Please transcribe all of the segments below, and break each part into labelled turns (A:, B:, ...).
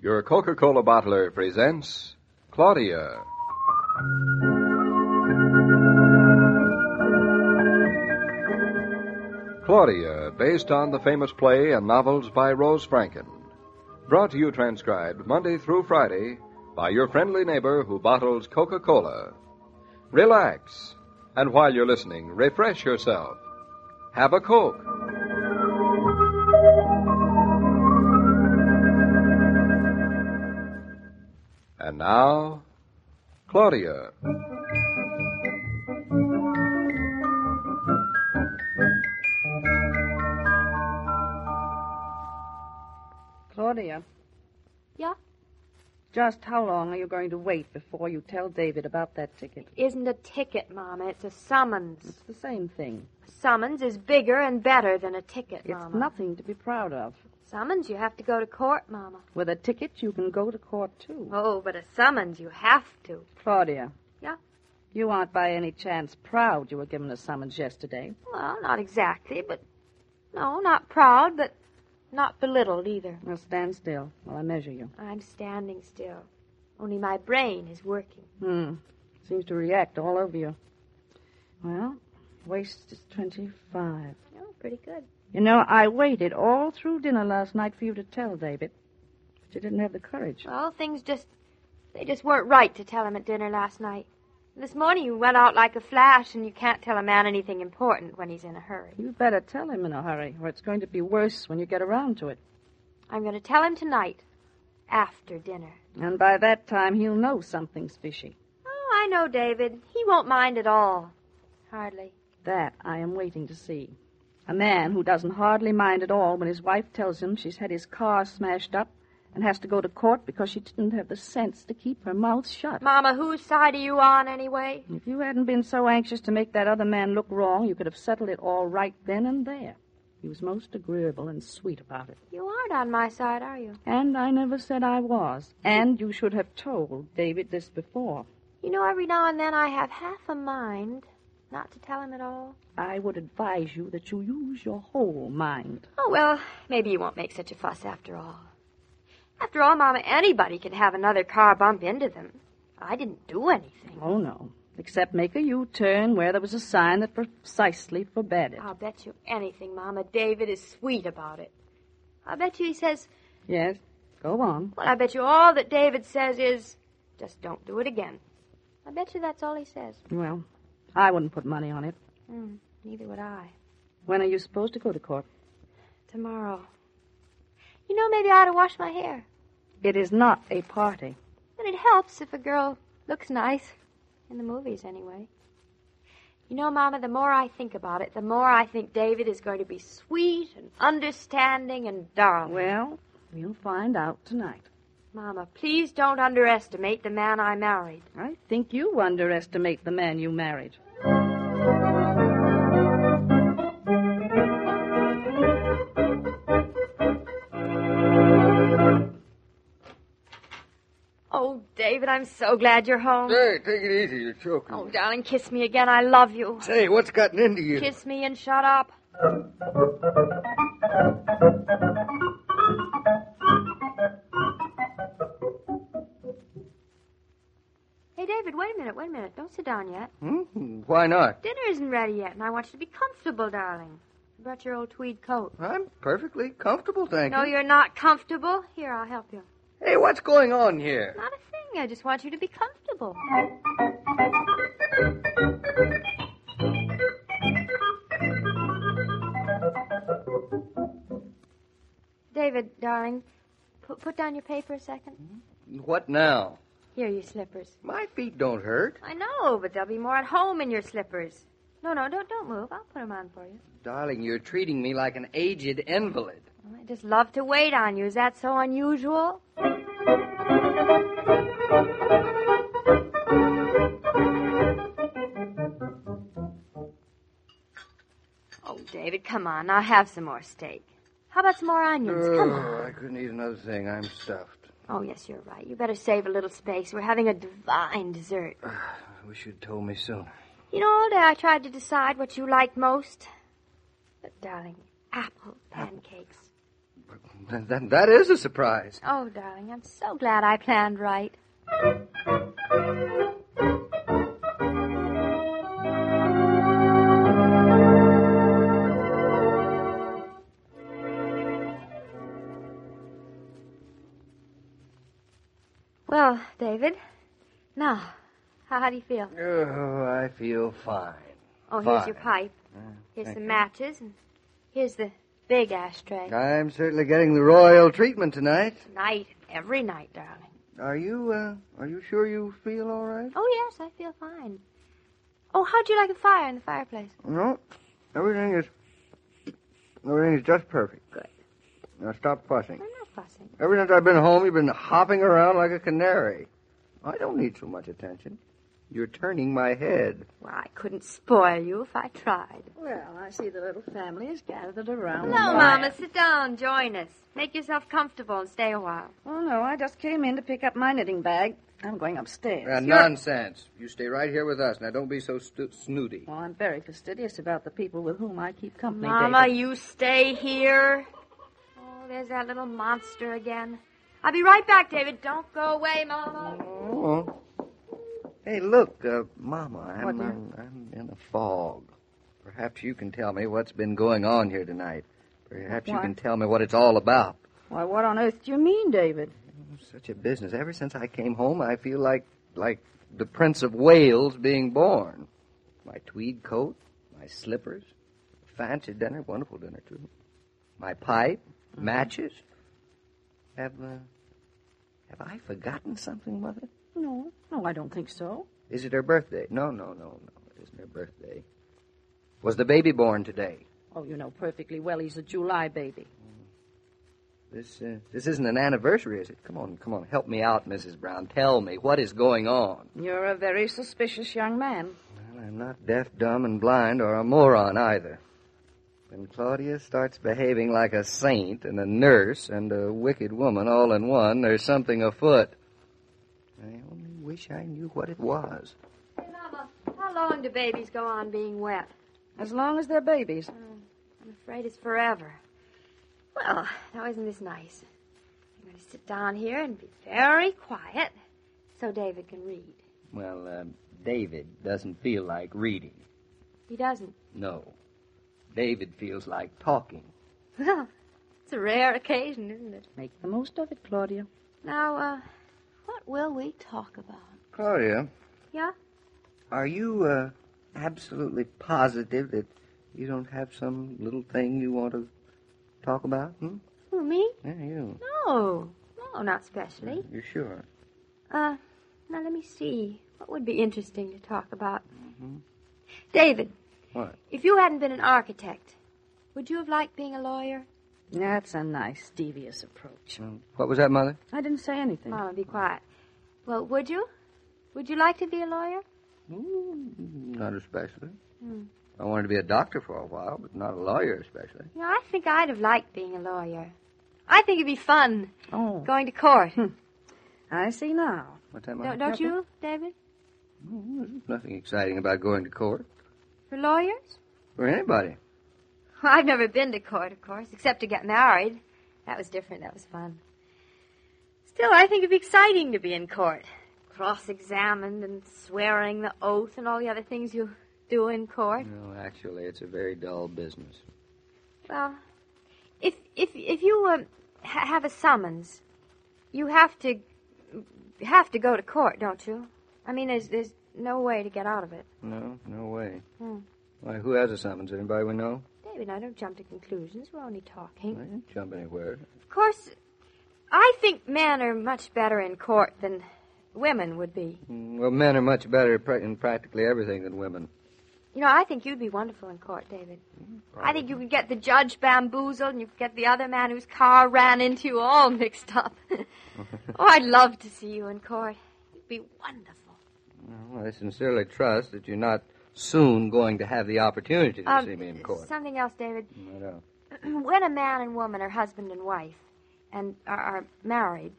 A: Your Coca Cola bottler presents Claudia. Claudia, based on the famous play and novels by Rose Franken. Brought to you transcribed Monday through Friday by your friendly neighbor who bottles Coca Cola. Relax, and while you're listening, refresh yourself. Have a Coke. And now, Claudia.
B: Claudia,
C: Yeah?
B: just how long are you going to wait before you tell David about that ticket?
C: Isn't a ticket, Mama. It's a summons.
B: It's the same thing.
C: A summons is bigger and better than a ticket,
B: It's
C: Mama.
B: nothing to be proud of.
C: Summons, you have to go to court, Mama.
B: With a ticket, you can go to court, too.
C: Oh, but a summons, you have to.
B: Claudia.
C: Yeah?
B: You aren't by any chance proud you were given a summons yesterday.
C: Well, not exactly, but. No, not proud, but not belittled either.
B: Now stand still while I measure you.
C: I'm standing still. Only my brain is working.
B: Hmm. Seems to react all over you. Well, waist is 25.
C: Oh, pretty good.
B: You know, I waited all through dinner last night for you to tell David, but you didn't have the courage.
C: Well, things just. They just weren't right to tell him at dinner last night. This morning you went out like a flash, and you can't tell a man anything important when he's in a hurry.
B: You better tell him in a hurry, or it's going to be worse when you get around to it.
C: I'm going to tell him tonight, after dinner.
B: And by that time, he'll know something's fishy.
C: Oh, I know, David. He won't mind at all. Hardly.
B: That I am waiting to see. A man who doesn't hardly mind at all when his wife tells him she's had his car smashed up and has to go to court because she didn't have the sense to keep her mouth shut.
C: Mama, whose side are you on anyway?
B: If you hadn't been so anxious to make that other man look wrong, you could have settled it all right then and there. He was most agreeable and sweet about it.
C: You aren't on my side, are you?
B: And I never said I was. And you should have told David this before.
C: You know, every now and then I have half a mind not to tell him at all.
B: I would advise you that you use your whole mind.
C: Oh, well, maybe you won't make such a fuss after all. After all, Mama, anybody can have another car bump into them. I didn't do anything.
B: Oh, no. Except make a U turn where there was a sign that precisely forbade it.
C: I'll bet you anything, Mama. David is sweet about it. I bet you he says,
B: Yes, go on.
C: Well, I bet you all that David says is, just don't do it again. I bet you that's all he says.
B: Well, I wouldn't put money on it.
C: Hmm, neither would I.
B: When are you supposed to go to court?
C: Tomorrow. You know, maybe I ought to wash my hair.
B: It is not a party.
C: But it helps if a girl looks nice. In the movies, anyway. You know, Mama, the more I think about it, the more I think David is going to be sweet and understanding and darling.
B: Well, we'll find out tonight.
C: Mama, please don't underestimate the man I married.
B: I think you underestimate the man you married.
C: Oh, David, I'm so glad you're home.
D: Hey, take it easy. You're choking.
C: Oh, darling, kiss me again. I love you.
D: Say, what's gotten into you?
C: Kiss me and shut up. Hey, David, wait a minute, wait a minute. Don't sit down yet.
D: Hmm? Why not?
C: Dinner isn't ready yet, and I want you to be comfortable, darling. I brought your old tweed coat.
D: I'm perfectly comfortable, thank
C: No,
D: you.
C: you're not comfortable. Here, I'll help you.
D: Hey, what's going on here?
C: Not a thing. I just want you to be comfortable. David, darling, put, put down your paper a second.
D: What now?
C: Here, are your slippers.
D: My feet don't hurt.
C: I know, but they'll be more at home in your slippers. No, no, don't don't move. I'll put 'em on for you.
D: Darling, you're treating me like an aged invalid.
C: I just love to wait on you. Is that so unusual? Oh, David, come on. Now have some more steak. How about some more onions? Come on.
D: Ugh, I couldn't eat another thing. I'm stuffed.
C: Oh, yes, you're right. You better save a little space. We're having a divine dessert.
D: I wish you'd told me sooner.
C: You know, all day I tried to decide what you liked most. But, darling, apple pancakes.
D: That, that, that is a surprise.
C: Oh, darling, I'm so glad I planned right. Well, David, now, how, how do you feel?
D: Oh, I feel fine.
C: Oh, here's your
D: Fine.
C: pipe. Here's
D: thank
C: the
D: you.
C: matches, and here's the big ashtray.
D: I'm certainly getting the royal treatment tonight.
C: Night, every night, darling.
D: Are you, uh, are you sure you feel all right?
C: Oh, yes, I feel fine. Oh, how'd you like the fire in the fireplace?
D: No. Everything is, everything is just perfect.
C: Good.
D: Now stop fussing.
C: I'm not fussing.
D: Ever since I've been home, you've been hopping around like a canary. I don't need so much attention. You're turning my head.
C: Well, I couldn't spoil you if I tried.
B: Well, I see the little family is gathered around.
C: Hello, Mama. Sit down. Join us. Make yourself comfortable and stay a while.
B: Oh, no, I just came in to pick up my knitting bag. I'm going upstairs.
D: Uh, nonsense. You stay right here with us. Now, don't be so stu- snooty.
B: Well, I'm very fastidious about the people with whom I keep company,
C: Mama,
B: David.
C: you stay here. Oh, there's that little monster again. I'll be right back, David. Don't go away, Mama.
D: Oh. Hey, look, uh, Mama, I'm,
B: What, dear?
D: I'm, I'm in a fog. Perhaps you can tell me what's been going on here tonight. Perhaps you
B: What?
D: can tell me what it's all about.
B: Why, what on earth do you mean, David?
D: Such a business. Ever since I came home, I feel like like the Prince of Wales being born. My tweed coat, my slippers, fancy dinner, wonderful dinner too. My pipe, matches. Have uh, have I forgotten something, Mother?
B: No, no, I don't think so.
D: Is it her birthday? No, no, no, no. It isn't her birthday. Was the baby born today?
B: Oh, you know perfectly well he's a July baby.
D: This uh, this isn't an anniversary, is it? Come on, come on, help me out, Mrs. Brown. Tell me what is going on.
B: You're a very suspicious young man.
D: Well, I'm not deaf, dumb, and blind, or a moron either. When Claudia starts behaving like a saint and a nurse and a wicked woman all in one, there's something afoot. I only wish I knew what it was.
C: Hey, Mama, how long do babies go on being wet?
B: As long as they're babies.
C: I'm afraid it's forever. Well, now isn't this nice? I'm going to sit down here and be very quiet so David can read.
D: Well, um, David doesn't feel like reading.
C: He doesn't.
D: No. David feels like talking.
C: Well, it's a rare occasion, isn't it?
B: Make the most of it, Claudia.
C: Now, uh, what will we talk about?
D: Claudia?
C: Yeah?
D: Are you uh, absolutely positive that you don't have some little thing you want to talk about? Hmm?
C: Who, me?
D: Yeah, you.
C: No. No, not specially.
D: You're sure?
C: Uh, now let me see. What would be interesting to talk about? David.
D: What?
C: If you hadn't been an architect, would you have liked being a lawyer?
B: That's a nice, devious approach.
C: Mm.
D: What was that, Mother?
B: I didn't say anything.
C: Mama, Oh, be quiet. Well, would you? Would you like to be a lawyer? Mm.
D: Not especially. I wanted to be a doctor for a while, but not a lawyer especially.
C: You know, I think I'd have liked being a lawyer. I think it'd be fun
B: oh,
C: going to court.
B: I see now.
D: What's that,
C: Don't,
D: Mother?
C: don't you, David?
D: Mm, There's nothing exciting about going to court
C: For lawyers?
D: for anybody.
C: Well, I've never been to court, of course, except to get married. That was different. That was fun. Still, I think it'd be exciting to be in court. Cross examined and swearing the oath and all the other things you do in court.
D: No, actually, it's a very dull business.
C: Well, if if if you um, ha- have a summons, you have to have to go to court, don't you? I mean, there's there's no way to get out of it.
D: No, no way.
C: Hmm.
D: Why, who has a summons? Anybody we know?
C: David, I don't jump to conclusions. We're only talking.
D: I didn't jump anywhere.
C: Of course, I think men are much better in court than women would be.
D: Mm, Well, men are much better pra- in practically everything than women.
C: You know, I think you'd be wonderful in court, David. I think you could get the judge bamboozled and you could get the other man whose car ran into you all mixed up. oh, I'd love to see you in court. You'd be wonderful.
D: Well, I sincerely trust that you're not soon going to have the opportunity to
C: Um,
D: see me in court.
C: Something else, David.
D: I don't.
C: when a man and woman are husband and wife and are, are married,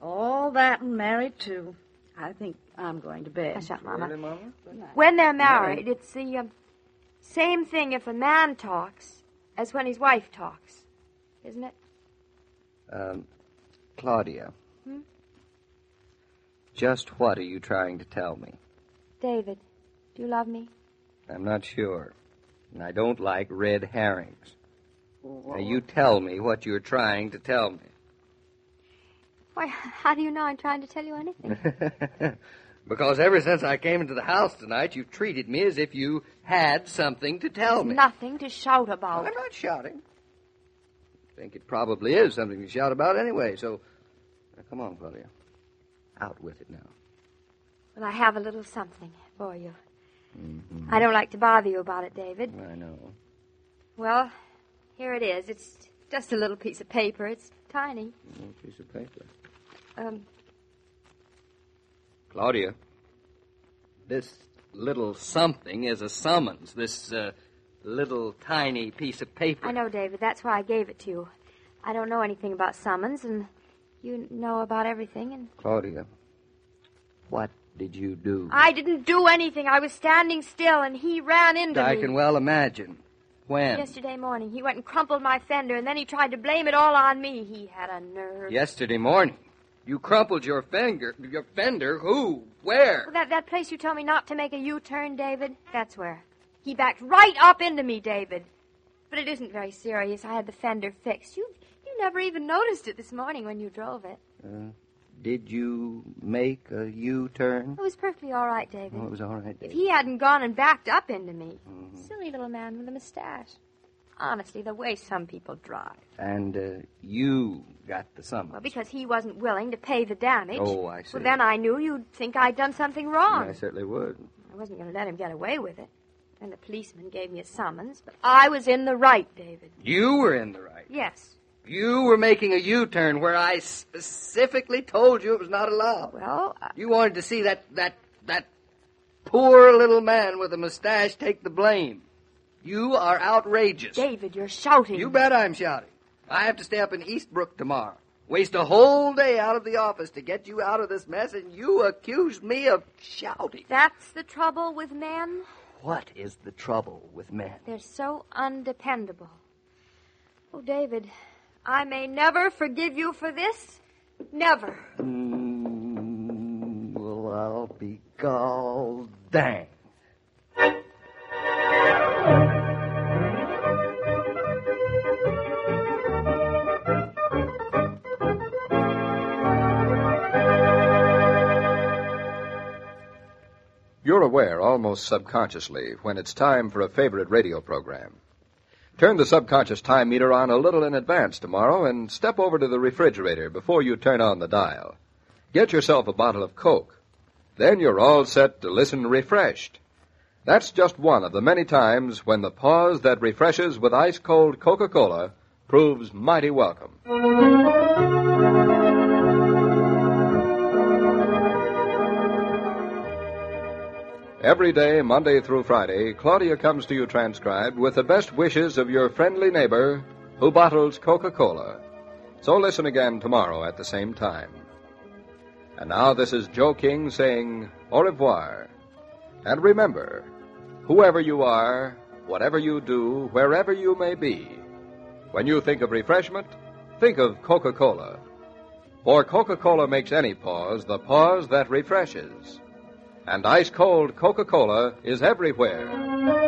B: All that and married, too. I think I'm going to bed.
C: hush up, Mama.
D: Really, Mama?
C: When they're married, it's the um, same thing if a man talks as when his wife talks. isn't it?
D: Um, Claudia.
C: Hmm?
D: Just what are you trying to tell me?
C: David, do you love me?
D: I'm not sure. And I don't like red herrings. Now, you tell me what you're trying to tell me.
C: Why, how do you know I'm trying to tell you anything?
D: because ever since I came into the house tonight, you've treated me as if you had something to tell me.
C: Nothing to shout about.
D: I'm not shouting. I think it probably is something to shout about anyway, so now, come on, Claudia. Out with it now.
C: Well, I have a little something for you. I don't like to bother you about it, David.
D: I know.
C: Well, here it is. It's just a little piece of paper. It's tiny.
D: A piece of paper.
C: Um,
D: Claudia, this little something is a summons. This uh, little tiny piece of paper.
C: I know, David. That's why I gave it to you. I don't know anything about summons, and you know about everything. And
D: Claudia, what did you do?
C: I didn't do anything. I was standing still, and he ran into
D: I
C: me.
D: can well imagine. When?
C: Yesterday morning, he went and crumpled my fender, and then he tried to blame it all on me. He had a nerve.
D: Yesterday morning. You crumpled your finger, your fender. Who?
C: Well,
D: Where?
C: that, that place you told me not to make a U turn, David, that's where. He backed right up into me, David. But it isn't very serious. I had the fender fixed. You you never even noticed it this morning when you drove it.
D: Did you make a U-turn?
C: It was perfectly all right, David.
D: Oh, it was all right.
C: Mm-hmm. If
D: Dave.
C: he hadn't gone and backed up into me.
D: Mm-hmm.
C: Silly little man with a mustache. Honestly, the way some people drive.
D: And uh, you got the
C: Well,
D: summons.
C: because he wasn't willing to pay the damage.
D: Oh, I see.
C: Well, then I knew you'd think I'd done something wrong.
D: I certainly would.
C: I wasn't going to let him get away with it. And the policeman gave me a summons, but I was in the right, David.
D: You were in the right.
C: Yes.
D: You were making a U-turn where I specifically told you it was not allowed.
C: Well, uh, I,
D: You wanted to see that that that poor little man with a mustache take the blame. You are outrageous.
C: David, you're shouting.
D: You bet I'm shouting. I have to stay up in Eastbrook tomorrow. Waste a whole day out of the office to get you out of this mess, and you accuse me of shouting.
C: That's the trouble with men.
D: What is the trouble with men?
C: They're so undependable. Oh, David, I may never forgive you for this. Never.
D: Mm, well, I'll be gall dang.
A: You're aware, almost subconsciously, when it's time for a favorite radio program. Turn the subconscious time meter on a little in advance tomorrow and step over to the refrigerator before you turn on the dial. Get yourself a bottle of Coke. Then you're all set to listen refreshed. That's just one of the many times when the pause that refreshes with ice cold Coca Cola proves mighty welcome. Every day, Monday through Friday, Claudia comes to you transcribed with the best wishes of your friendly neighbor who bottles Coca Cola. So listen again tomorrow at the same time. And now this is Joe King saying au revoir. And remember, whoever you are, whatever you do, wherever you may be, when you think of refreshment, think of Coca Cola. For Coca Cola makes any pause the pause that refreshes and ice cold Coca Cola is everywhere.